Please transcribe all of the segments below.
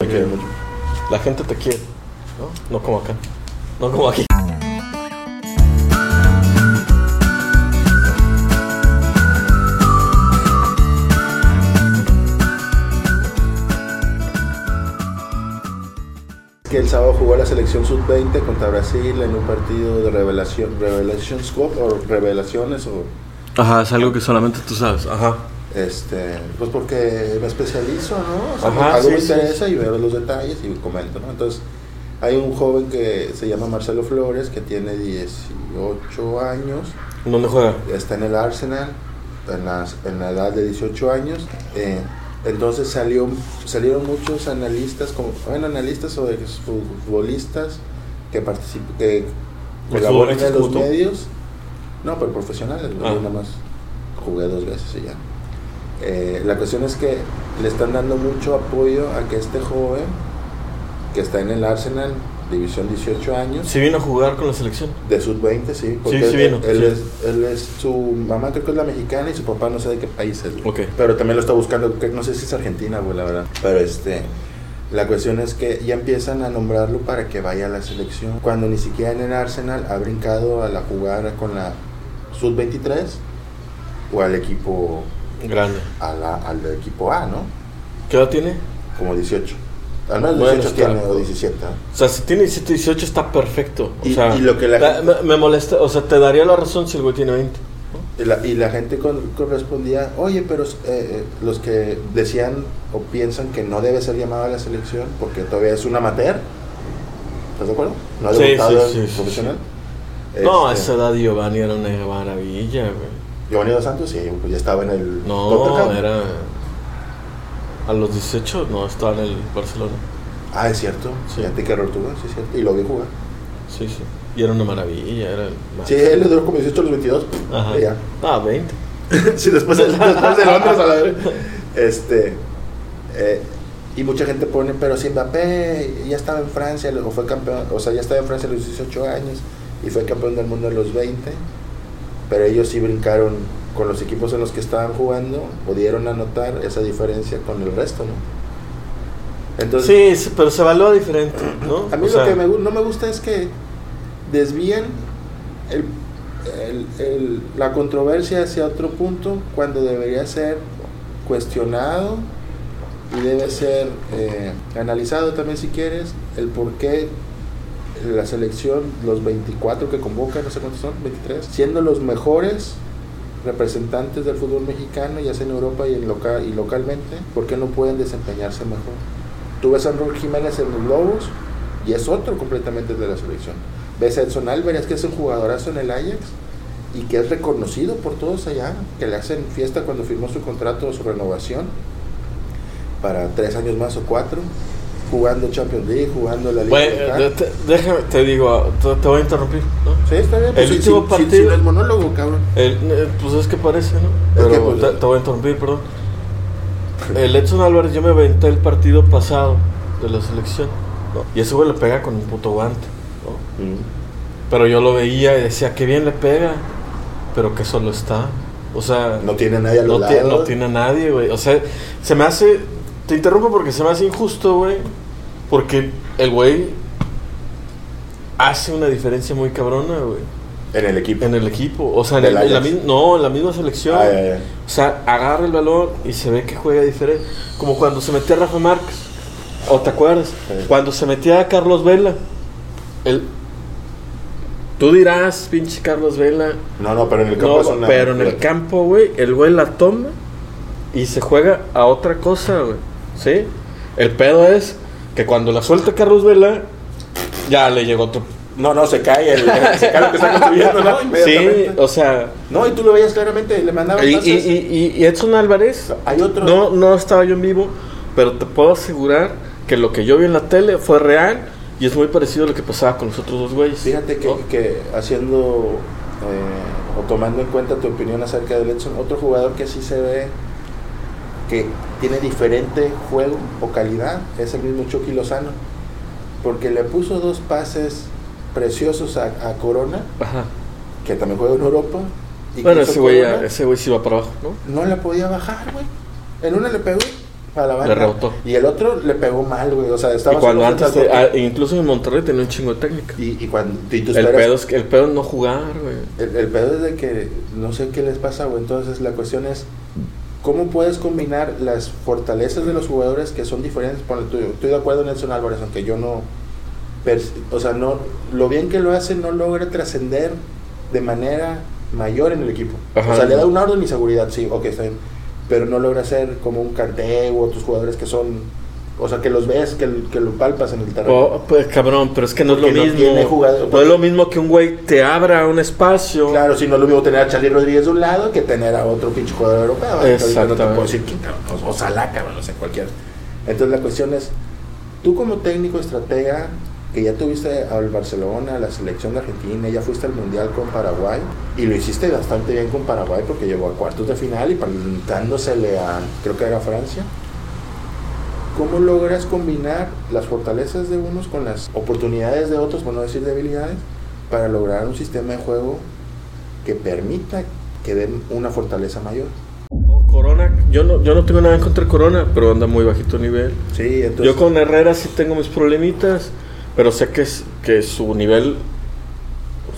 me quiere mucho. La gente te quiere, ¿no? No como acá. No como aquí. que el sábado jugó la selección sub-20 contra Brasil en un partido de revelación, Revelation Squad o revelaciones o Ajá, es algo que solamente tú sabes. Ajá. este, pues porque me especializo, ¿no? O sea, Ajá, algo sí, me sí, interesa y veo los detalles y comento, ¿no? Entonces, hay un joven que se llama Marcelo Flores que tiene 18 años, ¿Dónde juega? está en el Arsenal en la, en la edad de 18 años. eh, entonces salió, salieron muchos analistas, como, bueno, analistas o ex futbolistas que participan, que El fútbol colaboran es en los justo. medios. No, pero profesionales, ¿no? Ah. yo nada más jugué dos veces y ya. Eh, la cuestión es que le están dando mucho apoyo a que este joven que está en el Arsenal, División 18 años, Si vino a jugar con la selección. de sub 20, sí. Porque Sí, sí él, vino, él sí. es, él es su mamá, creo que es la mexicana y su papá no sé de qué país es. güey. Ok. Pero también lo está buscando, creo que- no sé si es Argentina, güey, la verdad. Pero este, la cuestión es que ya empiezan a nombrarlo para que vaya a la selección. Cuando ni siquiera en el Arsenal ha brincado a la jugar con la sub 23 o al equipo, Grande. a la- al equipo A, ¿no? ¿Qué edad tiene? Como 18. Al menos Bueno, 18 está- tiene o 17. ¿eh? O sea, si tiene 17, 18 está perfecto. O Y- sea, y lo que la da- gente- me, me molesta, o sea, te daría la razón si el güey tiene 20. Y la, y la gente con- correspondía, oye, pero eh, eh, los que decían o piensan que no debe ser llamado a la selección porque todavía es un amateur, ¿estás de acuerdo? No ha Sí, debutado sí, sí, en sí, profesional. No, a Este, esa edad Giovanni era una maravilla, güey. Giovanni Dos Santos, sí, pues ya estaba en el. Dr. No, Cup. era. A los 18 no estaba en el Barcelona. Ah, es cierto. Sí. Fíjate que error tuvo, sí, es cierto. Y lo vi jugar. Sí, sí. Y era una maravilla, era. el más- Sí, él le duró como 18 a los 22. pff, Ah. Ajá. y ya. Ah, 20. sí, después, después de Londres, a la verga. Este. eh, y mucha gente pone, pero si Mbappé ya estaba en Francia, o fue campeón, o sea, ya estaba en Francia a los 18 años y fue campeón del mundo a los 20, pero ellos sí brincaron con los equipos en los que estaban jugando, pudieron anotar esa diferencia con el resto, ¿no? Entonces, Sí, sí, pero se evalúa diferente, ¿no? a mí O lo sea, que me gu- no me gusta es que desvían el- el- el- la controversia hacia otro punto cuando debería ser cuestionado y debe ser eh, analizado también si quieres el por qué la selección, los 24 que convocan, no sé cuántos son, 23, siendo los mejores representantes del fútbol mexicano, ya sea en Europa y, en local, y localmente, ¿por qué no pueden desempeñarse mejor? Tú ves a Raúl Jiménez en los Lobos y es otro completamente de la selección. Ves a Edson Álvarez, que es un jugadorazo en el Ajax y que es reconocido por todos allá, que le hacen fiesta cuando firmó su contrato o su renovación para tres años más o cuatro, jugando Champions League, jugando la Liga. Bueno, local. eh, te- déjame, te digo, te, te voy a interrumpir, ¿no? Sí, está bien. pues, El último partido- no es monólogo, cabrón. El- eh, pues es que parece, ¿no? Es Pero que, pues, te, te voy a interrumpir, perdón. El Edson Álvarez, yo me aventé el partido pasado de la selección. ¿no? Y ese güey le pega con un puto guante. ¿no? Pero yo lo veía y decía, qué bien le pega. Pero que solo está. O sea, No tiene nadie a los no, tiene, lados. no tiene a nadie, güey. O sea, se me hace. Te interrumpo porque se me hace injusto, güey. Porque el güey hace una diferencia muy cabrona, güey. En el equipo. En el equipo, o sea, en, Del el- en la, Ajax. mi- no, en la misma selección. Ah, ya, ya. O sea, agarra el balón y se ve que juega diferente. Como cuando se metía Rafa Márquez, ¿o te acuerdas? Sí. Cuando se metía Carlos Vela. El... Tú dirás, pinche Carlos Vela. No, no, pero en el campo No, es una. pero en el campo, güey, el güey la toma y se juega a otra cosa, güey. ¿Sí? El pedo es que cuando la suelta Carlos Vela, ya le llegó otro. No, no, se cae el. se cae lo que está construyendo, ¿no? Sí, Inmediatamente. o sea. No, y tú lo veías claramente, le mandaba Y, pases. y- y- y Edson Álvarez, Hay otro. no, no estaba yo en vivo, pero te puedo asegurar que lo que yo vi en la tele fue real y es muy parecido a lo que pasaba con los otros dos güeyes. Fíjate que, ¿no? que haciendo eh, o tomando en cuenta tu opinión acerca del Edson, otro jugador que sí se ve que tiene diferente juego o calidad es el mismo Chucky Lozano, porque le puso dos pases preciosos a, a Corona, Ajá. que también juega en Europa. y que Bueno, hizo ese güey, ya- Corona, ese güey sí va para abajo, ¿no? no la podía bajar, güey. En una le pegó, a la Le banca. rebotó. Y el otro le pegó mal, güey. O sea, Y estaba cuando haciendo antes, falta al ah, incluso en Monterrey tenía un chingo de técnica. bote. Y, y cuando. y tú El esperas- pedo, es, que- el pedo es no jugar, güey. El, el pedo es de que no sé qué les pasa, güey. Entonces la cuestión es cómo puedes combinar las fortalezas de los jugadores que son diferentes por el tuyo. Estoy de acuerdo en Nelson Álvarez, aunque yo no, pers- o sea, no, lo bien que lo hace no logra trascender de manera mayor en el equipo. Ajá. o sea, le da una orden y seguridad, sí, ok, está bien. Pero no logra ser como un Cardé u otros jugadores que son, o sea, que los ves, que, que lo palpas en el terreno. Oh, pues cabrón, pero es que no es lo Porque no mismo. tiene jugador- no es lo mismo que un güey te abra un espacio. Claro, si no es lo mismo tener a Charlie Rodríguez de un lado que tener a otro pinche jugador europeo. Entonces, Exactamente. yo No te puedo decir quién, cabrón, o, o Salah, cabrón, no sé, cualquiera. Entonces la cuestión es, tú como técnico estratega, que ya tuviste al Barcelona, a la selección de Argentina, ya fuiste al Mundial con Paraguay, y lo hiciste bastante bien con Paraguay porque llegó a cuartos de final y preguntándosele a, creo que era Francia. ¿Cómo logras combinar las fortalezas de unos con las oportunidades de otros, por no decir debilidades, para lograr un sistema de juego que permita que den una fortaleza mayor? Oh, Corona, yo no, yo no tengo nada en contra de Corona, pero anda muy bajito nivel. Sí, entonces... yo con Herrera sí tengo mis problemitas, pero sé que, es, que su nivel.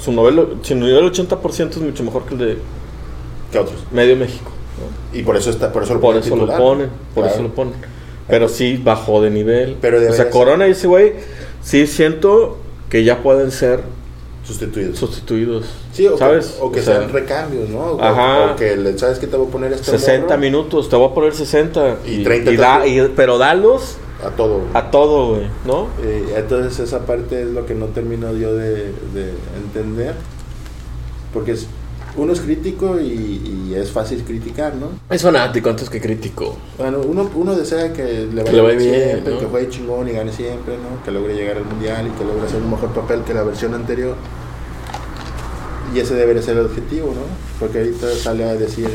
Su nivel, su nivel 80% es mucho mejor que el de que otros. Medio México. Y por eso está, por eso lo Por ponen eso lo titular. ponen, por Claro. eso lo ponen. Pero sí bajó de nivel. Pero o debería sea, ser. Corona y ese güey, sí siento que ya pueden ser Sustituidos. sustituidos. sí, o ¿Sabes? Que, o que sea, sean recambios, ¿no? O- Ajá. O, que le- sabes que te voy a poner este 60 morro minutos, te voy a poner 60. Y 30 da- te- y- pero dalos a todo. güey. a todo, güey, ¿no? Eh, entonces esa parte es lo que no termino yo de, de entender. Porque es, uno es crítico y, y es fácil criticar, ¿no? Es fanático antes que crítico. Bueno, uno, uno desea que le Que vaya le vaya bien, bien, siempre, ¿no? que juegue chingón y gane siempre, ¿no? Que logre llegar al mundial y que logre hacer un mejor papel que la versión anterior. Y ese debería ser el objetivo, ¿no? Porque ahorita sale a decir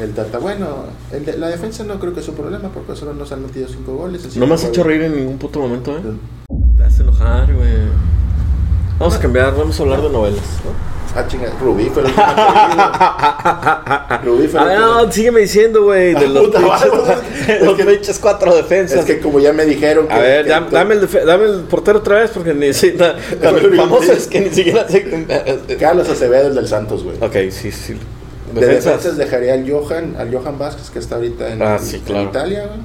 el Tata, bueno, el de- la defensa no creo que es un problema porque solo nos han metido cinco goles. así no me que has juega hecho bien". reír en ningún puto momento, ¿eh? Te hace enojar, güey. Vamos a cambiar, vamos a hablar de novelas, ¿no? Ah, chinga, Rubí fue el último que vi, güey. Rubí fue A el ver, último. no, sígueme diciendo, güey, de Ah, los puta, vamos. pinches, de los Es que- pinches cuatro defensas. Es que como ya me dijeron que... a ver, que- dam- dame, el defe- dame el portero otra vez porque ni siquiera. Olvidé. famoso es que ni siquiera sé. Carlos Acevedo, el del Santos, güey. ok, sí, sí. De defensas dejaría al Johan, al Johan Vázquez que está ahorita en, Ah, sí, en claro. Italia, güey.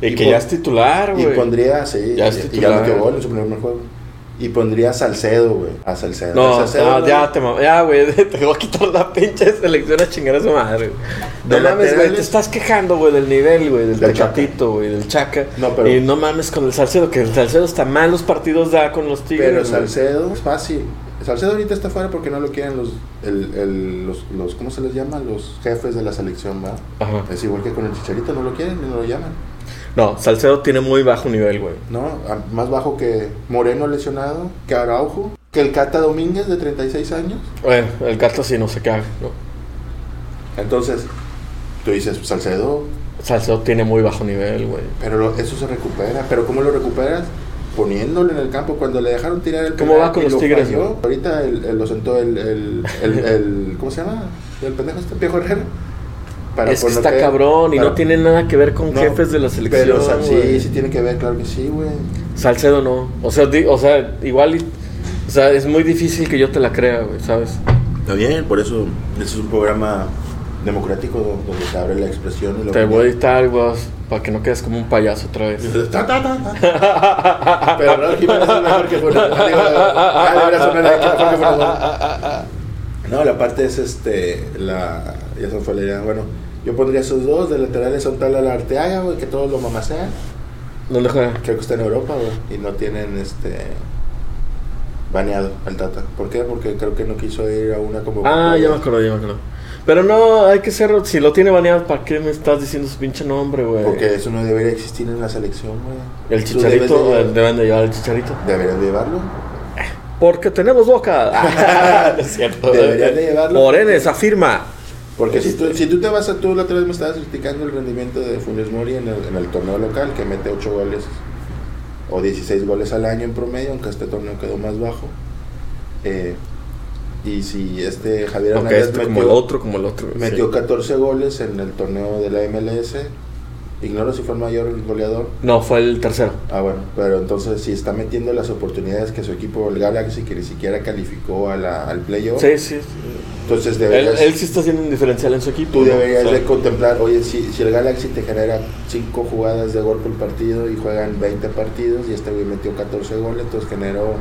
Y Y que pon- ya es titular, Y Ah, güey. pondría, sí, Ya ya, es y, ya titular. metió gol en su primer juego. Y pondría a Salcedo, güey. A Salcedo. No, A Salcedo, no, güey. ya te mam- Ya, güey, te voy a quitar la pinche selección a chingar a su madre, güey. No De mames, güey, laterales. te estás quejando, güey, del nivel, güey, del, Del Tecatito, güey, del Chaca. No, pero- Y no mames con el Salcedo, que el Salcedo está mal los partidos da con los Tigres. Pero güey. Salcedo es fácil. Salcedo ahorita está fuera porque no lo quieren los, el, el- los, los- ¿cómo se les llama? Los jefes de la selección, ¿va? Ajá. Es igual que con el Chicharito, no lo quieren ni lo llaman. No, Salcedo tiene muy bajo nivel, güey. ¿No? A- Más bajo que Moreno lesionado, que Araujo, que el Cata Domínguez de 36 años. Bueno, el Cata sí no se caga, ¿no? Entonces, tú dices, pues, Salcedo, Salcedo tiene muy bajo nivel, güey. Pero lo- eso se recupera. ¿Pero cómo lo recuperas? Poniéndolo en el campo. Cuando le dejaron tirar el ¿Cómo penal va con y los lo Tigres, falló, güey? ahorita el- el- lo sentó el, el, el, el- ¿Cómo se llama? El pendejo este, viejo Herrera. Para es que por lo está cabrón y para- no tiene nada que ver con no, jefes de la selección. Pero o sea, güey. sí, sí tiene que ver, claro que sí, güey. Salcedo no. O sea, di- o sea, igual. y- o sea, es muy difícil que yo te la crea, güey, ¿sabes? Está bien, por eso es un programa democrático donde se abre la expresión y lo Te voy a editar, güey, para que no quedes como un payaso otra vez. Pero Raúl Jiménez es mejor que Funes Mori. Digo, ah, de veras, Funes Mori, que mejor que Funes Mori. No, la parte es este. La, ya se fue la idea. Bueno, yo pondría esos dos de laterales a un tal Arteaga, güey, que todos lo mamasean. ¿Dónde juega? Creo que está en Europa, güey, y no tienen este. baneado al Tata. ¿Por qué? Porque creo que no quiso ir a una como. Ah, ya me acuerdo, ya me acuerdo. Pero no, hay que ser. Si lo tiene baneado, ¿para qué me estás diciendo su pinche nombre, güey? Porque eso no debería existir en la selección, güey. El Tú debes chicharito, de- eh, deben de llevar el chicharito. Deberían de llevarlo. Porque tenemos boca. Ah. es cierto. Deberían de llevarlo. Morenes afirma. Porque si tú, si tú te vas a tú, la otra vez me estabas criticando el rendimiento de Funes Mori en el, en el torneo local, que mete 8 goles o 16 goles al año en promedio, aunque este torneo quedó más bajo. Eh, y si este Javier Aunque Hernández este metió, como el otro, como el otro. güey, metió sí. 14 goles en el torneo de la MLS, Ignoro si fue el mayor goleador. No, fue el tercero. Ah, bueno, pero entonces si está metiendo las oportunidades que su equipo, el Galaxy, que ni siquiera calificó a la, al playoff, Sí, sí. entonces Él, deberías, él sí está haciendo un diferencial en su equipo. tú ¿no? deberías O sea, de contemplar, oye, si, si el Galaxy te genera 5 jugadas de gol por partido y juegan 20 partidos y este güey metió 14 goles, entonces generó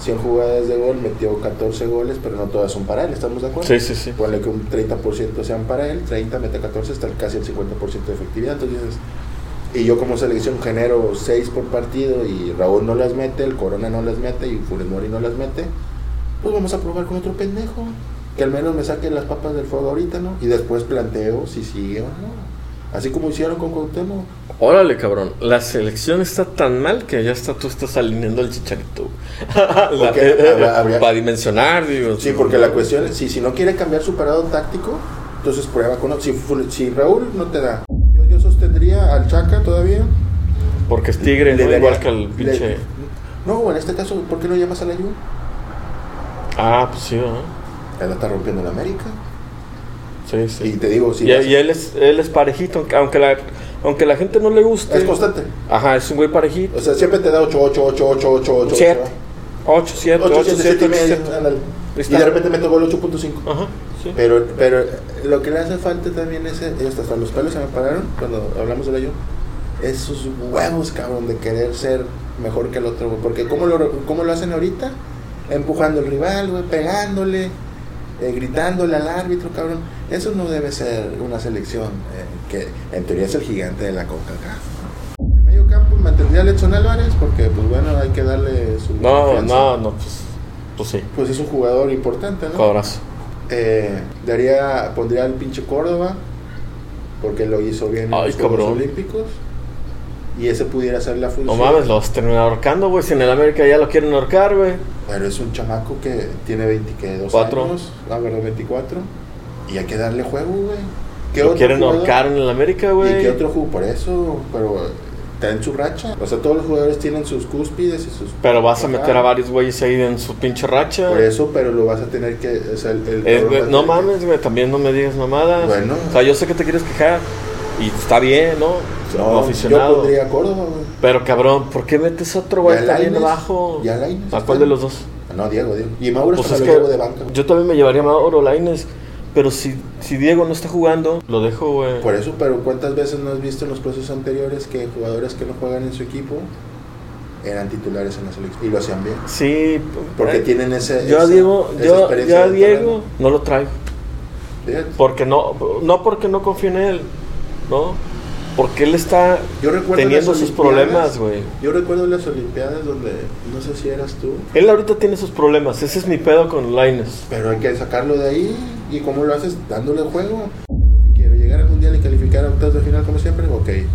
100 jugadas de gol, metió 14 goles, pero no todas son para él, ¿estamos de acuerdo? Sí, sí, sí. Ponle que un 30% sean para él, 30, mete 14, está casi el 50% de efectividad. Entonces, dices, y yo como selección genero 6 por partido y Raúl no las mete, el Corona no las mete y Funes Mori no las mete, pues vamos a probar con otro pendejo. Que al menos me saque las papas del fuego ahorita, ¿no? Y después planteo si sigue o no. Así como hicieron con Cuauhtémoc. Órale, cabrón. La selección está tan mal que ya está, tú estás alineando el chicharito. La- Porque habrá- habría- Para dimensionar, digo. Sí, porque la cuestión es, si, si no quiere cambiar su parado táctico, entonces prueba con otro. Si, Ful- si Raúl no te da, yo, yo sostendría al Chaca todavía. Porque es tigre, Le no daría- igual que el le- pinche. no, en este caso, ¿por qué no llamas al Ayun? Ah, pues sí, ¿no? Él la está rompiendo en América. Sí, sí. Y te digo, si y, vas- y él, es, él es parejito, aunque- aunque la, aunque la gente no le guste. es constante. Ajá, es un güey parejito. O sea, siempre te da 8, 8, 8, 8, 8, 8. 7, 8, 7, 8, 8, 7, 7, 7 y 8, medio. 7. ándale. Y Está. de repente meto gol 8.5. Ajá, sí. Pero, pero lo que le hace falta también es, es hasta los pelos se me pararon cuando hablamos del ayun. Esos huevos, cabrón, de querer ser mejor que el otro, güey. Porque ¿cómo lo, cómo lo hacen ahorita? Empujando al rival, güey, pegándole, eh, gritándole al árbitro, cabrón. Eso no debe ser una selección eh, que en teoría es el gigante de la CONCACAF. En medio campo mantendría a Letson Álvarez porque, pues bueno, hay que darle su No, confianza. no, no, pues, pues sí. Pues es un jugador importante, ¿no? Cobrazo. Eh, daría, pondría al pinche Córdoba, porque lo hizo bien en Ay, los Juegos cabrón. Olímpicos. Y ese pudiera ser la No función. mames, los terminan ahorcando, güey. Si en el América ya lo quieren ahorcar, güey. Pero es un chamaco que tiene 22 Cuatro. años. Ah, bueno, 24. Y hay que darle juego, güey. ¿Qué Lo otro quieren jugador? ahorcar en el América, ¿Y güey. qué otro juego? Por eso, pero está en su racha. O sea, todos los jugadores tienen sus cúspides y sus... Pero vas a meter a Ajá. varios güeyes ahí en su pinche racha. Por eso, pero lo vas a tener que... o sea, el- el Es, Eh, cabrón va güey, a no tener que- mames, güey, también no me digas mamadas. Bueno. O sea, yo sé que te quieres quejar y está bien, ¿no? Como No, yo aficionado. pondría a Córdoba, güey. Pero cabrón, ¿por qué metes otro Ya güey también Lainez, abajo? ya Lainez ¿A está. cuál de los dos? No, Diego, Diego. Y Mauro Pues hasta es lo que llevo de banca. güey. yo también me llevaría a Mauro Laines, pero si, si Diego no está jugando, lo dejo, güey. Por eso, pero ¿cuántas veces no has visto en los procesos anteriores que jugadores que no juegan en su equipo eran titulares en la selección? Y lo hacían bien. Sí, Porque eh, tienen ese. yo a esa- Diego, esa yo, experiencia yo a de Diego no lo traigo, terreno. Fíjate. porque no, no porque no confío en él, ¿no? Porque él está Yo recuerdo teniendo las sus Olimpiadas- problemas, güey. Yo recuerdo las Olimpiadas donde no sé si eras tú, Él ahorita tiene sus problemas, ese es mi pedo con Laines. pero hay que sacarlo de ahí. ¿Y cómo lo haces? Dándole juego. Quiero llegar al mundial y calificar a octavos de final como siempre, ok.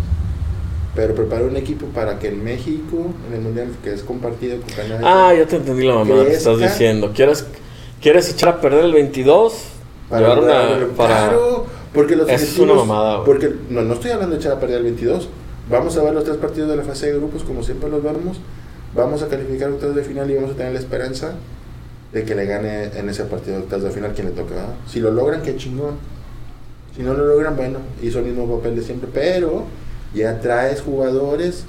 Pero preparar un equipo para que en México, en el mundial que es compartido con Canadá. y Ah, ya te entendí la mamá que estás Crezca. diciendo. ¿Quieres, ¿Quieres echar a perder el 22? Para Llevar una- lograrlo. para- Claro, porque los Esa es objetivos- una mamada, güey. Porque no, no estoy hablando de echar a perder el 22. Vamos a ver los tres partidos de la fase de grupos como siempre los vemos. Vamos a calificar octavos de final y vamos a tener la esperanza de que le gane en ese partido de octavos de final quien le toque. ¿verdad? Si lo logran, qué chingón. Si no lo logran, bueno, hizo el mismo papel de siempre, pero ya traes jugadores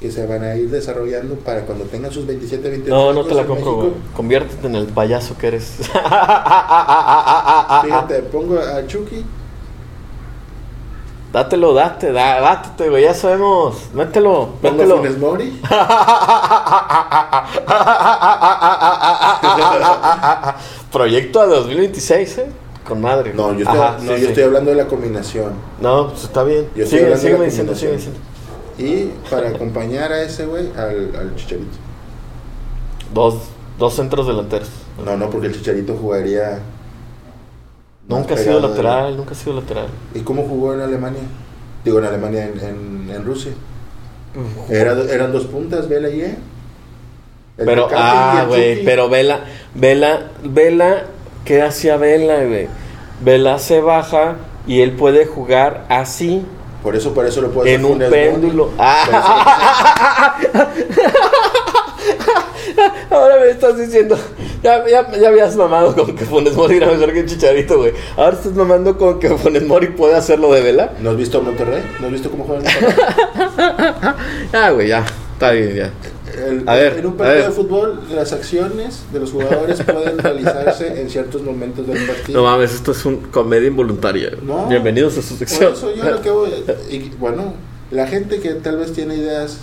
que se van a ir desarrollando para cuando tengan sus 27, 28 No, no años te la en compro, México, güey. Conviértete en el payaso que eres. Ah, Fíjate, pongo a Chucky Dátelo, date, da, dátete, güey, ya sabemos. Mételo, Pongo a mételo. Funes Mori. Proyecto a 2026, ¿eh? Con madre. No, yo estoy, Ajá, no, sí, yo sí. estoy hablando de la combinación. No, pues está bien. Yo estoy Sigue, hablando de sigue la diciendo, sigue combinación. diciendo. Y para acompañar a ese güey, al, al Chicharito. Dos, dos centros delanteros. No, no, porque el Chicharito jugaría. más Nunca ha sido pegado de- lateral, nunca ha sido lateral. ¿Y cómo jugó en Alemania? Digo, en Alemania, en, en, en Rusia. Era, eran dos puntas, Vela y E. El Pero, Tecate y ah, el güey, Chucky. pero Vela, Vela, Vela, ¿qué hacía Vela, güey? Vela se baja y él puede jugar así, Por eso, por eso lo puedo en un Funes Mori. péndulo. Ah, Por eso- Ahora me estás diciendo. Ya, ya, ya habías mamado con que Funes Mori era mejor que Chicharito, güey. Ahora estás mamando con que Funes Mori puede hacerlo de vela. ¿No has visto a Monterrey? ¿No has visto cómo juegan en Monterrey? Ah, güey, ya. Está bien, ya. El- A ver, en un a partido ver. de fútbol, las acciones de los jugadores pueden realizarse en ciertos momentos del No partido. mames, esto es un comedia involuntaria. güey. No. Bienvenidos a su Por sección. eso yo lo que voy. Y, bueno, la gente que tal vez tiene ideas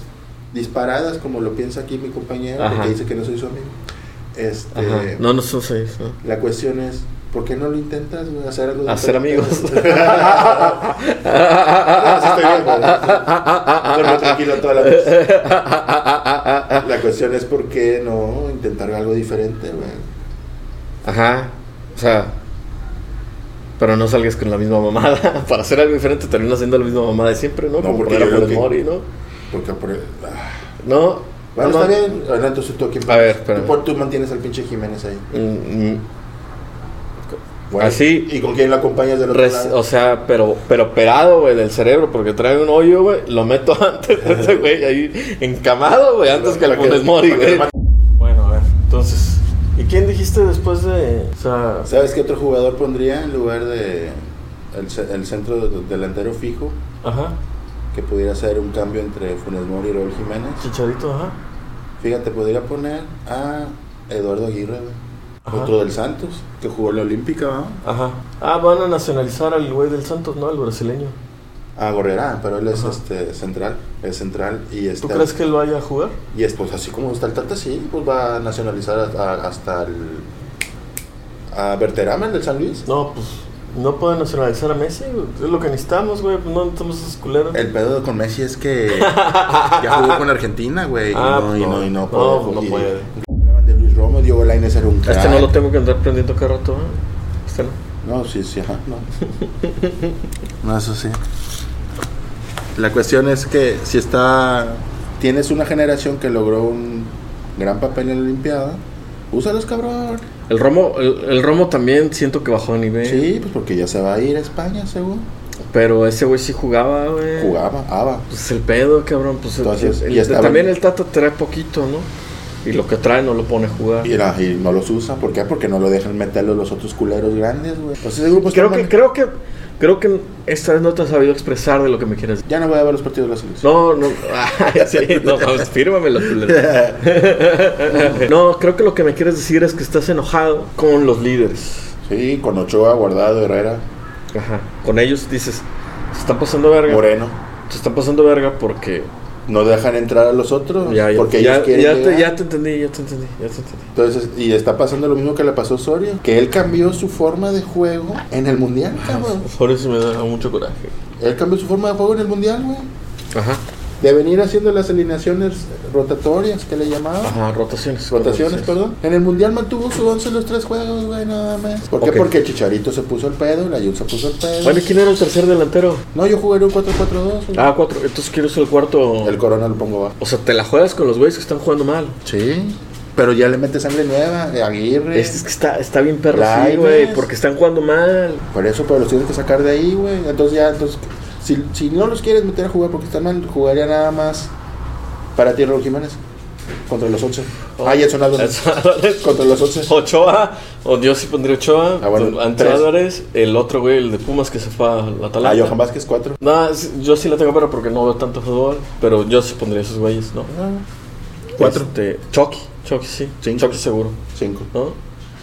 disparadas, como lo piensa aquí mi compañero, Ajá. que dice que no soy su amigo, este, Ajá. No, no son seis. ¿no? la cuestión es: ¿por qué no lo intentas güey, hacer algo Hacer diferente? amigos. estoy bien, Ah, güey. Duermo tranquilo toda la noche. La cuestión es por qué no intentar algo diferente, güey. Ajá. O sea. Pero no salgas con la misma mamada. Para hacer algo diferente terminas haciendo la misma mamada de siempre, ¿no? No, Como porque poner a yo creo Funes que- Mori, ¿no? Porque por ah. No. Bueno, no, está no. bien. Bueno, entonces tú aquí A ver, espérame. tú, pon- tú mantienes al pinche Jiménez ahí. Mm, mm, Bueno, Así. ¿Y con quién lo acompañas del otro ¿Ah, Res- lado? o sea, pero, pero operado, güey, del cerebro, porque trae un hoyo, güey. Lo meto antes, ese güey, ahí encamado, güey, antes que el Para que- Funes Mori, para que güey. lo mate. Bueno, a ver, entonces. ¿Y quién dijiste después de.? O sea. ¿Sabes qué otro jugador pondría en lugar de el, ce- el centro de- delantero fijo? Ajá. Que pudiera ser un cambio entre Funes Mori y Raúl Jiménez. Chicharito, ajá. Fíjate, podría poner a Eduardo Aguirre, güey. Ajá. Otro del Santos, que jugó en la Olímpica, ¿va? Ajá. Ah, van a nacionalizar al güey del Santos, ¿no? Al brasileño. A Gorrerá, pero él es Ajá. este central, es central y ¿Tú está crees que él vaya a jugar? y es pues así como está el Tata, sí, pues va a nacionalizar a- a- hasta el a Verteramen del San Luis. No, pues. No pueden nacionalizar a Messi, güey. Es lo que necesitamos, güey. pues No necesitamos esos culeros. El pedo con Messi es que ya jugó con Argentina, güey, y Ah, no, y no, y no, no, puede, pues, no y- puede. Hablaban de Luis Romo, Diego Lainez era un crack. Este no lo tengo que andar prendiendo cada rato, ¿eh? Este no. No, sí, sí, ajá, no. No, eso sí. La cuestión es que si está. Tienes una generación que logró un gran papel en la Olimpiada, úsalos, cabrón. El Romo, el, el Romo también siento que bajó de nivel. Sí, pues porque ya se va a ir a España, según. Pero ese güey sí jugaba, güey. Jugaba, ABA. Pues el pedo, cabrón. Pues el- Entonces, el- y estaba- también el Tata trae poquito, ¿no? Y lo que trae no lo pone a jugar. Y, la- y no los usa, ¿por qué? Porque no lo dejan meterlo los otros culeros grandes, güey. Pues ese grupo está creo que, mal. creo que, creo que esta vez no te has sabido expresar de lo que me quieres decir. Ya no voy a ver los partidos de la selección. No, no, ay, sí, no, vamos, fírmamelo, culero. No, creo que lo que me quieres decir es que estás enojado con los líderes. sí, con Ochoa, Guardado, Herrera, Ajá. Con ellos dices, se están pasando verga. Moreno. Se están pasando verga porque No dejan entrar a los otros. Ya, ya, porque ya, ellos quieren ya te, llegar. ya te entendí, ya te entendí, ya te entendí. Entonces, y está pasando lo mismo que le pasó a Osorio, que él cambió su forma de juego en el mundial, Ah, cabrón. Por eso me da mucho coraje. Él cambió su forma de juego en el mundial, güey. Ajá. De venir haciendo las alineaciones rotatorias, que le llamaban. Ajá, rotaciones. Rotaciones, perdón. En el mundial mantuvo su 11 en los tres juegos, güey, nada más. ¿Por qué? Ok. Porque Chicharito se puso el pedo, la Yun se puso el pedo. Bueno, ¿y quién era el tercer delantero? No, yo jugué en un 4-4-2. güey. Ah, cuatro. Entonces quiero ser el cuarto. El corona lo pongo bajo. O sea, te la juegas con los güeyes que están jugando mal. Sí. Pero ya le mete sangre nueva, eh, Aguirre. Este es que está, está bien perro, Lainez. sí, güey, porque están jugando mal. Por eso, pero los tienes que sacar de ahí, güey. Entonces ya, entonces, si, si no los quieres meter a jugar porque están mal, jugaría nada más para ti, Raúl Jiménez. Contra los 11. Oh. ah, y Edson Álvarez. Contra los 11. Ochoa, o yo sí pondría Ochoa, Ah, bueno, Antón tres. Álvarez, el otro güey, el de Pumas que se fue a la Atalanta. Ah, Johan Vázquez, 4. No, sí, yo sí la tengo pero porque no veo tanto fútbol, pero yo sí pondría esos güeyes, ¿no? Cuatro. Este, Chucky, Chucky sí, Cinco. Chucky seguro, 5. ¿no?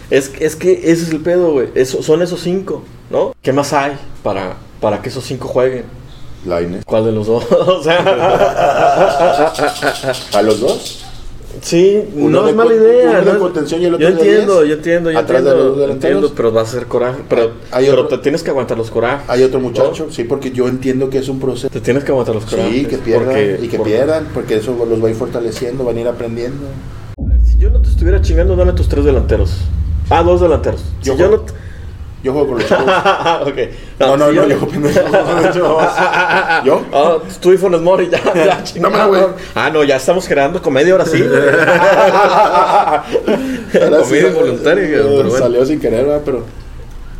Es, es que ese es el pedo, güey, eso, son esos cinco, ¿no? ¿Qué más hay para, para que esos cinco jueguen? Lainez. ¿Cuál de los dos? o sea, A los dos. sí, Uno no de es mala con- idea. uno de no es- contención y el otro yo de entiendo, diez. yo entiendo, yo Atrás de entiendo, los dos yo delanteros. entiendo, pero vas a hacer coraje, pero, Hay pero otro- te tienes que aguantar los corajes. Hay otro ¿no? muchacho. Sí, porque yo entiendo que es un proceso. Te tienes que aguantar los corajes. Sí, que pierdan porque- y que porque- pierdan, porque eso los va a ir fortaleciendo, van a ir aprendiendo. Si yo no te estuviera chingando, dame tus tres delanteros. Ah, dos delanteros. Yo si yo juego. no. te- Ah, Yo juego con los chavos. ok. No, no, si no, yo pendejo. ¿Yo? Ah, tú y Funes Mori, ya, ya chingada, güey. güey. Ah, no, ya estamos generando comedia ahora sí. güey. Ahora sí, comedia involuntaria, eh, güey, pero bueno. Salió sin querer, ¿verdad? pero.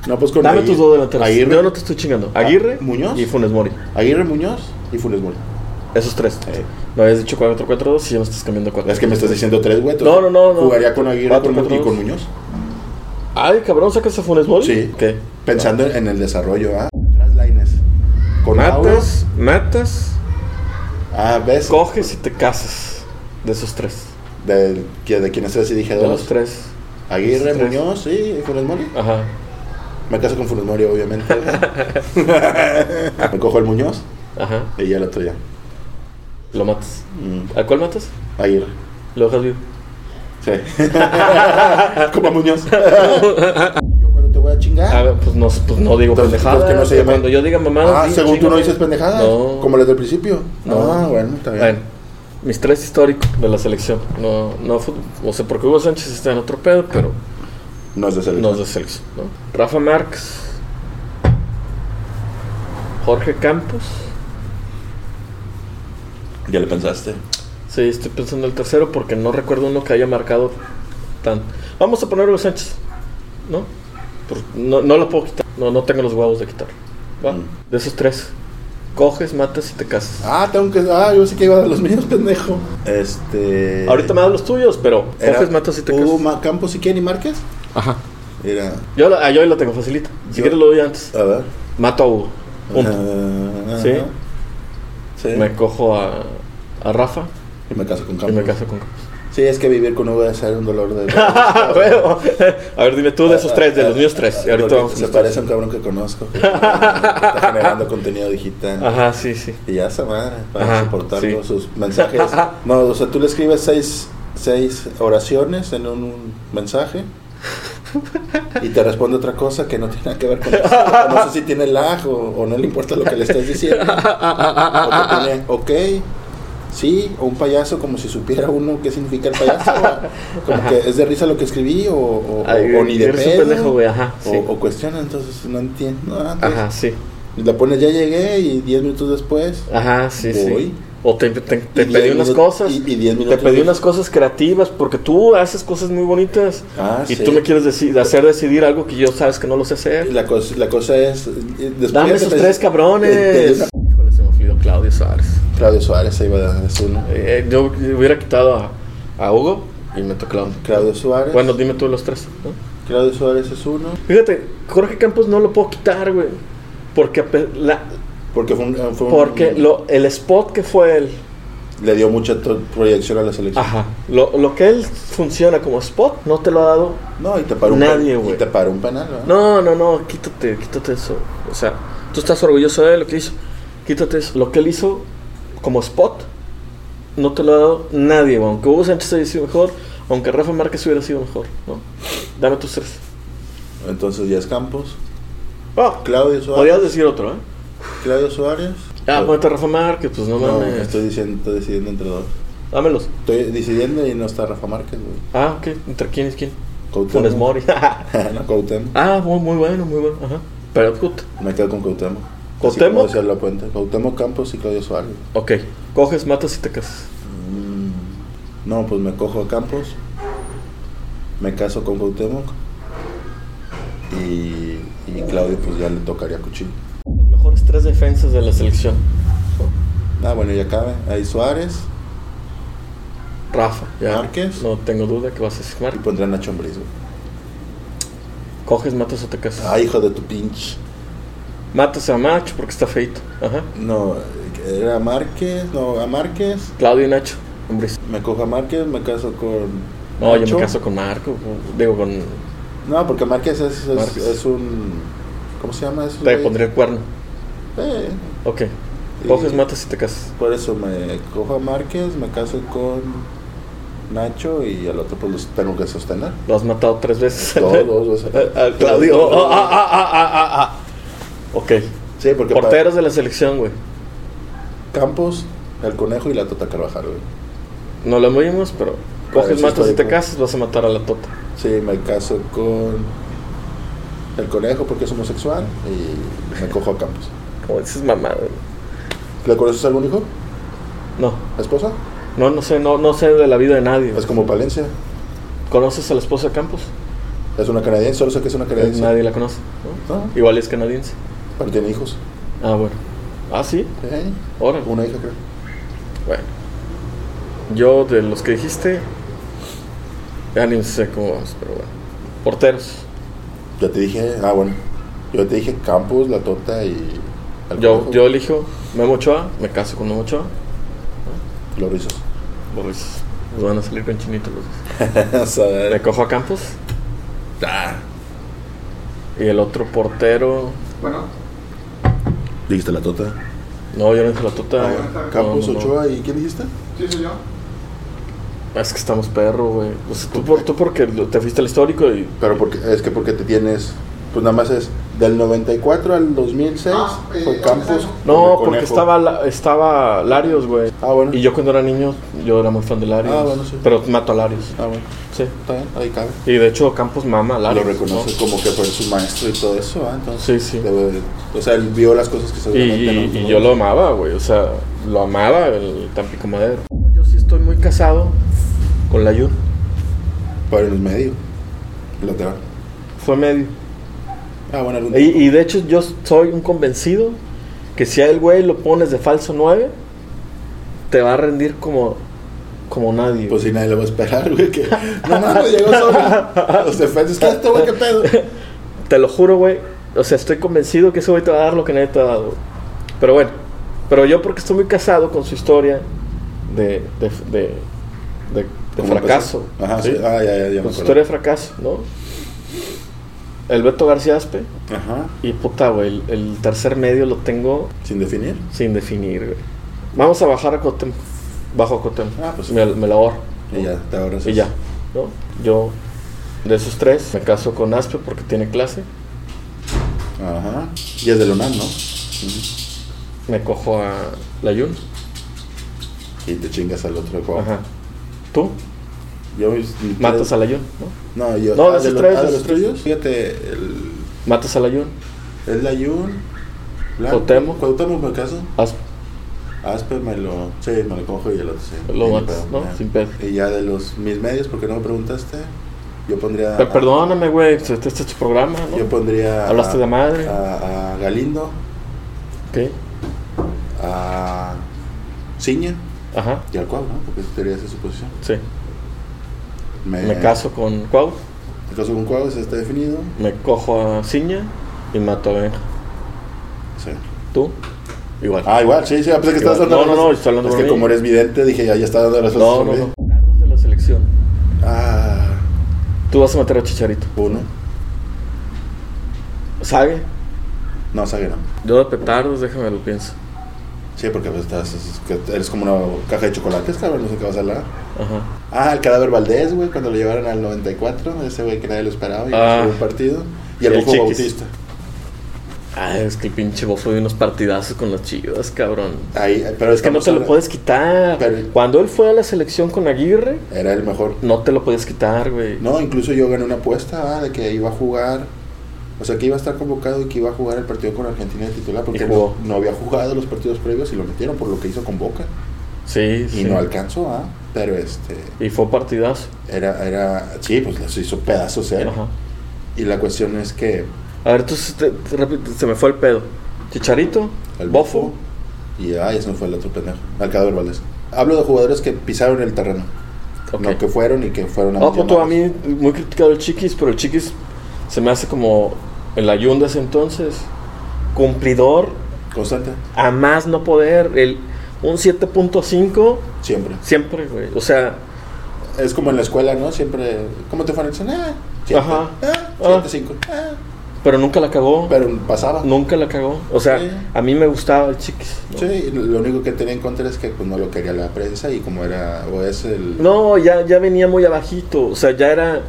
No, pues con Dame Aguirre- tus dos delanteros. Aguirre, Ah, Yo no te estoy chingando. Aguirre Muñoz. y Funes Mori. Aguirre Muñoz y Funes Mori. Esos tres. Eh, No habías dicho 4-4-2 y ya me estás cambiando 4. es que me estás diciendo tres, güey. No, no, no, no. ¿Jugaría con Aguirre Cuatro, con Mu- cuatro, y con dos. Muñoz? Ay, cabrón, sacas a Funes Mori. Sí. ¿Qué? Pensando en- en el desarrollo, ¿ah? Atrás Laines. Con Matas, matas, Lauro. Ah, ¿ves? coges y te casas. De esos tres. De, que- de quienes tres y dije De los dos. tres. Aguirre, Los tres. Muñoz, sí, y Funes Mori. Ajá. Me caso con Funes Mori, obviamente. me cojo el Muñoz Ajá. y ya la tuya. Lo matas. Mm, ¿A cuál matas? Aguirre. Lo dejas vivo. Sí. Como a Muñoz. Yo cuando te voy a chingar. A ver, pues no, pues no digo Entonces, pendejadas. entonces que no se llame- Cuando yo diga mamadas. ah, sí, según tú chingo. no dices pendejadas. No. Como las del principio. No. Ah, bueno, está bien. Bueno, mis tres históricos de la selección. No, no, fut- o sea, porque Hugo Sánchez está en otro pedo, pero No es de no selección. es de selección. ¿no? Rafa Márquez, Jorge Campos. Ya le pensaste. Sí, estoy pensando en el tercero porque no recuerdo uno que haya marcado tan. Vamos a poner Hugo Sánchez, ¿no? Por- no, no lo puedo quitar. No, no tengo los huevos de quitar. ¿va? Mm. De esos tres, coges, matas y te casas. Ah, tengo que. Ah, yo sé que iba a los míos, pendejo. Este. Ahorita me dan los tuyos, pero Era- coges, matas y te Hugo casas. Ma- Campos y Kenny Márquez. Ajá. Era. Yo la, ah, yo la tengo facilita. Si Yo- quieres lo doy antes. A ver. Mato a Hugo. Punto. Ah, Sí. ajá. Sí. Me cojo a, a Rafa Y me caso con y Campos. me caso con Sí, es que vivir con Hugo debe ser un dolor de. A huevo. A ver, dime tú de esos tres, de los míos tres. Y ahorita Porque vamos con Se los tres. parece a un cabrón que conozco. que está generando contenido digital. Ajá, sí, sí. Y ya esa madre, para Ajá, soportar sí. todos sus mensajes. No, o sea, tú le escribes seis, seis oraciones en un, un mensaje y te responde otra cosa que no tiene nada que ver con eso. O No sé si tiene lag o, o no le importa lo que le estás diciendo. O te pone, ok, sí, o un payaso como si supiera uno qué significa el payaso. o Como que es de risa lo que escribí o, o- o- Ay, o ni de eres un pedo. pendejo, güey, ajá, O, sí. o cuestiona, entonces no entiendo. Ah, entonces, Ajá, sí. y Le pones ya llegué y 10 minutos después. Ajá, sí, Voy. sí. O te, te- te Y pedí diez unas minutos- cosas. y- y diez te minutos pedí de- unas cosas creativas porque tú haces cosas muy bonitas. Ah, y sí. tú me quieres decir, hacer decidir algo que yo sabes que no lo sé hacer. La cosa, la cosa es. eh, después Dame de esos que te- tres te- te dio cabrones. una- Híjole, se me olvidó Claudio Suárez. Claudio Suárez, ahí va, es uno. Eh, yo hubiera quitado a, a Hugo y me tocó Claudio. Claudio Suárez. Bueno, dime tú los tres. ¿no? Claudio Suárez es uno. Fíjate, Jorge Campos no lo puedo quitar, güey. Porque, ape- la- Porque fue un. eh, fue un- porque lo, el spot que fue él, Le dio mucha to- proyección a la selección. ajá, lo, lo que él funciona como spot, no te lo ha dado. No, y te paró un Nadie, pen- güey. Y te paró un penal, ¿verdad? No, no, no, quítate, quítate eso. O sea, tú estás orgulloso de lo que hizo. Quítate eso. Lo que él hizo como spot, no te lo ha dado nadie, güey. Aunque Hugo Sánchez haya sido mejor, aunque Rafa Márquez hubiera sido mejor, ¿no? Dame tus tres. Entonces ya es Campos. Ah, Claudio Suárez. Podrías decir otro, ¿eh? Claudio Suárez. Ah, Pero- ponete a Rafa Márquez, pues no no, mames. estoy diciendo, estoy decidiendo entre dos. Dámelos. Estoy decidiendo y no está Rafa Márquez, güey. Ah, ok. ¿Entre quién es quién? Cuauhtémoc. Funes Mori. ah, no, Cuauhtémoc. muy, muy bueno, muy bueno. Ajá. Pero, puta. Me quedo con Cuauhtémoc. Así ¿Cuauhtémoc? como decía la puente. Cuauhtémoc Campos y Claudio Suárez. Ok. Coges, matas y te casas. Mm, No, pues me cojo a Campos, me caso con Cuauhtémoc y, y Claudio pues ya le tocaría a Cuchillo. Los mejores tres defensas de la selección. Ah, bueno, ya cabe. Ahí Suárez Rafa. ya. Márquez. No tengo duda que vas a decir y Márquez. pondré a Nacho Ambriz, güey. Coges, matas o te casas. Ah, hijo de tu pinche. Matas a Macho porque está feito. Ajá. No, era Márquez, no, a Márquez. Claudio y Nacho. Hombre. Me cojo a Márquez, me caso con... No, yo Nacho. me caso con Marco. Digo, con. No, porque Márquez es, es, Márquez. es un... ¿Cómo se llama eso? Te Eh, pondré el cuerno. Ok. Y- Coges, matas y te casas. Por eso me cojo a Márquez, me caso con Nacho y al otro pues los tengo que sostener. Lo has matado tres veces. Dos, dos, dos. A- a Claudio. Ah, ah, ah, ah, ah, ah. Ok. Sí, porque para Porteros de la selección, güey. Campos, el conejo y la Tota Carvajal, güey. No lo movimos, pero coges, sí matas y estoy te con- casas, vas a matar a la tota. Sí, me caso con el conejo porque es homosexual y me cojo a Campos. Como dices, mamá. güey. ¿Le conoces algún hijo? No, ¿Esposa? no, no sé, no, no sé de la vida de nadie. güey. Es como Palencia. ¿Conoces a la esposa de Campos? Es una canadiense, solo sé que es una canadiense. Nadie la conoce. ¿no? No, Igual es canadiense. pero tiene hijos. Ah, bueno. Ah, sí. ¿Eh? Ahora. Una hija, creo. Bueno. Yo de los que dijiste. Ya ni sé cómo vamos, pero bueno. Porteros. Yo te dije, ah, bueno. Yo te dije Campos, La Tota y. el Yo, Conejo. yo elijo Memo Ochoa, me caso con Memo Ochoa. Los rizos. Boris. Nos van a salir con chinito los dos. O sea, Me cojo a Campos. ah, Y el otro portero. Bueno, dijiste La Tota. No, yo no dije la tota. tuta. Ah, Campos, No, no, no. Ochoa y ¿quién dijiste? sí soy yo. Es que estamos perro, güey. O sea, tú, por, tú porque lo- te fuiste al histórico y. Pero porque, es que porque te tienes. Pues nada más es del 94 al 2006 Ah, eh, fue Campos. con No, el porque Conejo. estaba, la- estaba Larios, güey. Ah, bueno. Y yo cuando era niño, yo era muy fan de Larios. Ah, bueno, sí. Pero mato a Larios. Ah, bueno. Sí. Está bien, ahí cabe. Y de hecho, Campos mama a Larios. lo reconoce ¿no? como que fue su maestro y todo eso, ah, entonces. Sí, sí. debe de- o sea, él vio las cosas que Y, seguramente y- no- y yo lo amaba, güey. O sea, lo amaba el Tampico Madero. Yo sí estoy muy casado con la Yun. Por el medio. Lateral. Fue medio. Ah, bueno, algún Y, y de hecho, yo soy un convencido que si al güey lo pones de falso 9, te va a rendir como, como nadie. Pues si nadie le va a esperar, güey, que. No mames, llegó solo. Los defensas, ¿qué es esto, güey? ¿Qué pedo? Te lo juro, güey. O sea, estoy convencido que ese güey te va a dar lo que nadie te ha dado. Pero bueno, pero yo porque estoy muy casado con su historia de, de, de, de- de ¿Cómo fracaso. empezó? Ajá, sí. ¿sí? Ah, ya, ya, ya. me Con su acuerdo. historia de fracaso, ¿no? El Beto García Aspe. Ajá. Y puta, güey, el- el tercer medio lo tengo Sin definir. Sin definir, güey. Vamos a bajar a Cotem. Bajo a Cotem. Ah, pues sí. me, me la ahorro. Y ya, te ahorras. Y ya. ¿no? Yo, de esos tres, me caso con Aspe porque tiene clase. Ajá. Y es de Lonam, ¿no? Me cojo a la Yun. Y te chingas al otro juego. Ajá. ¿Tú? Yo Matas a la Yun, ¿no? No, yo. No, ah, de esos lo- tres, ah, de los esos tres. tuyos. Fíjate, el. Matas a la Yun. Es la Yun. Blanco. Cuauhtémoc. Cuauhtémoc me caso. Aspe. Asper me lo. Sí, me lo cojo y el otro sí. Lo Y matas, pedo, ¿no? ya. Sin pedo. Y ya de los mis medios, porque no me preguntaste, yo pondría. Pero perdóname, güey. Este este es tu programa, ¿no? Yo pondría. Hablaste a- de madre. A, a Galindo, Ok. a. Ciña Ajá. y al cual, ¿no? Porque sería esa su posición. Sí. Eh. Me caso con Cuau. Me caso con Cuau, ese está definido. Me cojo a Ciña. Y mato a Benja. Sí. ¿Tú? Igual. Ah, igual, sí, sí, ah, pensé que estabas Igual. dando. No, las- no, no, estoy hablando Es por que mí. como eres vidente, dije, ya, ya está dando las no, no, sobre- no. Dardos de la selección. Ah, Tú vas a meter a Chicharito. uno. ¿Sabe? No, Sague no. Yo de petardos, déjame lo pienso. Sí, porque pues, estás, es que eres como una caja de chocolates, cabrón, no sé qué vas a hablar. Ajá. Ah, el cadáver Valdés, güey, cuando lo llevaron al 94, ese güey que nadie lo esperaba y Ah. jugó un partido. Y el, Y el Bofo Chiquis. Bautista. Ay, Ah, es que el pinche bofo dio unos partidazos con las chivas, cabrón. Ahí, pero Es que no estamos te lo habla- puedes quitar. Pero- Cuando él fue a la selección con Aguirre, Era el mejor. no te lo puedes quitar, güey. No, incluso yo gané una apuesta ah, de que iba a jugar. O sea, que iba a estar convocado y que iba a jugar el partido con Argentina de titular porque jugó. no, no había jugado los partidos previos y lo metieron por lo que hizo con Boca. Sí, Y sí. no alcanzó, ah. Pero este. Y fue partidazo. Era, era. Sí, pues les hizo pedazos él. Ajá. Y la cuestión es que. A ver, tú se, te- te repito, se me fue el pedo. Chicharito, El bofo. Bofo. Y ay, ese no fue el otro pendejo. Al cadáver Valdés. Hablo de jugadores que pisaron el terreno. Ok. No que fueron y que fueron Ah, puto, a llamadas. mí muy criticado el Chiquis, pero el Chiquis se me hace como el ayun de ese entonces. Cumplidor Constante. a más no poder. El, un 7.5 Siempre. siempre, güey. O sea, Es como en la escuela, ¿no? Siempre. ¿Cómo te fue en el examen? Ah, siete. Ajá. Ah, Ah. siete, cinco. Ah. pero nunca la cagó. Pero pasaba. Nunca la cagó. O sea, Sí. a mí me gustaba el Chiquis. ¿no? Sí, y lo único que tenía en contra es que pues, no lo quería la prensa y como era. O es el. No, ya, ya venía muy abajito. O sea, ya era.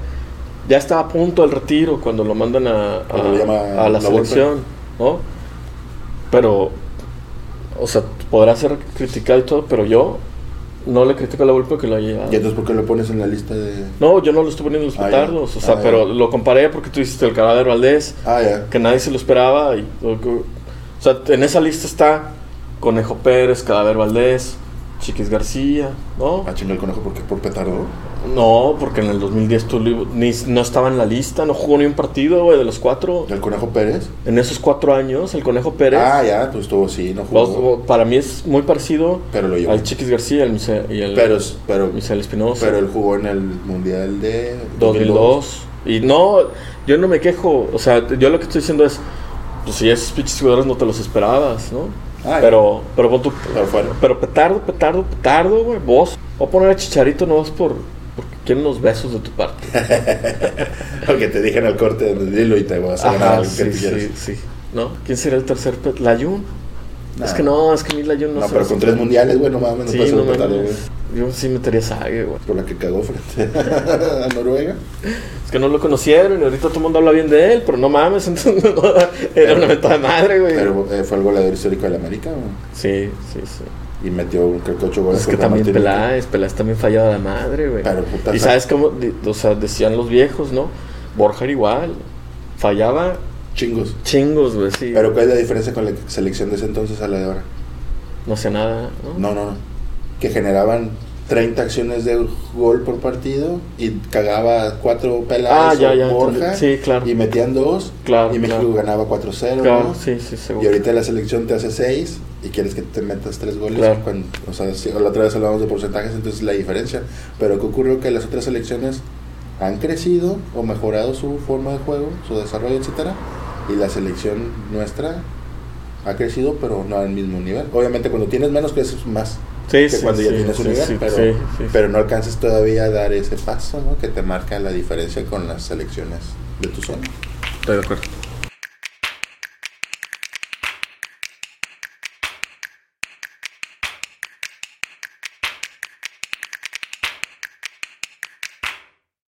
Ya estaba a punto del retiro cuando lo mandan a, a, Cuando lo llama a la La Volpe. selección, ¿no? Pero. O sea, podrá ser criticado y todo, pero yo no le critico a la Volpe que lo haya llevado. ¿Y entonces por qué lo pones en la lista de.? No, yo no lo estoy poniendo en los Ah, ya. petardos. O sea, Ah, ya. pero lo comparé porque tú hiciste el cadáver Valdés. Ah, ya. que nadie se lo esperaba. Y, o, o- o sea, en esa lista está Conejo Pérez, Cadaver Valdés, Chiquis García, ¿no? Ah, chinga el conejo porque por petardo. No, porque en el 2010 tú ni, no estaba en la lista, no jugó ni un partido, güey, de los cuatro. ¿El Conejo Pérez? En esos cuatro años, el Conejo Pérez. Ah, ya, pues estuvo sí, no vos- jugó. vos- para mí es muy parecido Pero lo llevó. al Chiquis García el Mise- y el Pero, pero, Misael Espinosa. pero él jugó en el Mundial de 2002. Y no, yo no me quejo. O sea, yo lo que estoy diciendo es, pues si esos pinches jugadores no te los esperabas, ¿no? Ah, pero, pero pon tu- Pero fueron. pero petardo, petardo, petardo, güey. Vos, voy a poner a Chicharito nomás por, porque quieren unos besos de tu parte. Porque te dije en el corte, dilo y te voy a hacer Ajá, ganar lo que sí, tú quieras. sí, sí. ¿No? ¿Quién sería el tercer pet? ¿Layun? Nah. Es que no, es que mi Layun no No, se pero me con hace- tres mundiales, güey, no mames, no Sí, puedes no ser petardo, güey. mames. Yo sí metería Sague, güey. Por la que cagó frente a Noruega. Es que no lo conocieron y ahorita todo el mundo habla bien de él, pero no mames, entonces no, era una mentada de madre, güey. Pero eh, fue el goleador histórico de la América, güey. Sí, sí, sí. Y metió, creo que ocho Pues goles. es que contra también Martín Lutero. Peláez, Peláez también fallaba la madre, güey. Pero puta Y sa- sabes cómo, di- o sea, decían los viejos, ¿no? Borja era igual, fallaba Chingos. chingos, güey, sí. Pero ¿cuál es la diferencia con la selección de ese entonces a la de ahora? no hacía nada, ¿no? No, no, no. Que generaban 30 acciones de gol por partido y cagaba cuatro Ah, peladas ya, ya, Borja. entendí. Sí, claro. Y metían dos. Claro, y México claro. ganaba 4-0. Claro, ¿no? sí, sí, seguro. Y ahorita la selección te hace 6 y quieres que te metas 3 goles. Claro. cuando- o sea, si- la otra vez hablábamos de porcentajes, entonces la diferencia. Pero ¿qué ocurrió? Que las otras selecciones han crecido o mejorado su forma de juego, su desarrollo, etcétera Y la selección nuestra ha crecido, pero no al mismo nivel. Obviamente, cuando tienes menos, creces más Sí, que cuando ya tienes un sí, nivel, sí, pero, sí, sí. pero no alcanzas todavía a dar ese paso ¿no? que te marca la diferencia con las selecciones de tu zona. Estoy de acuerdo.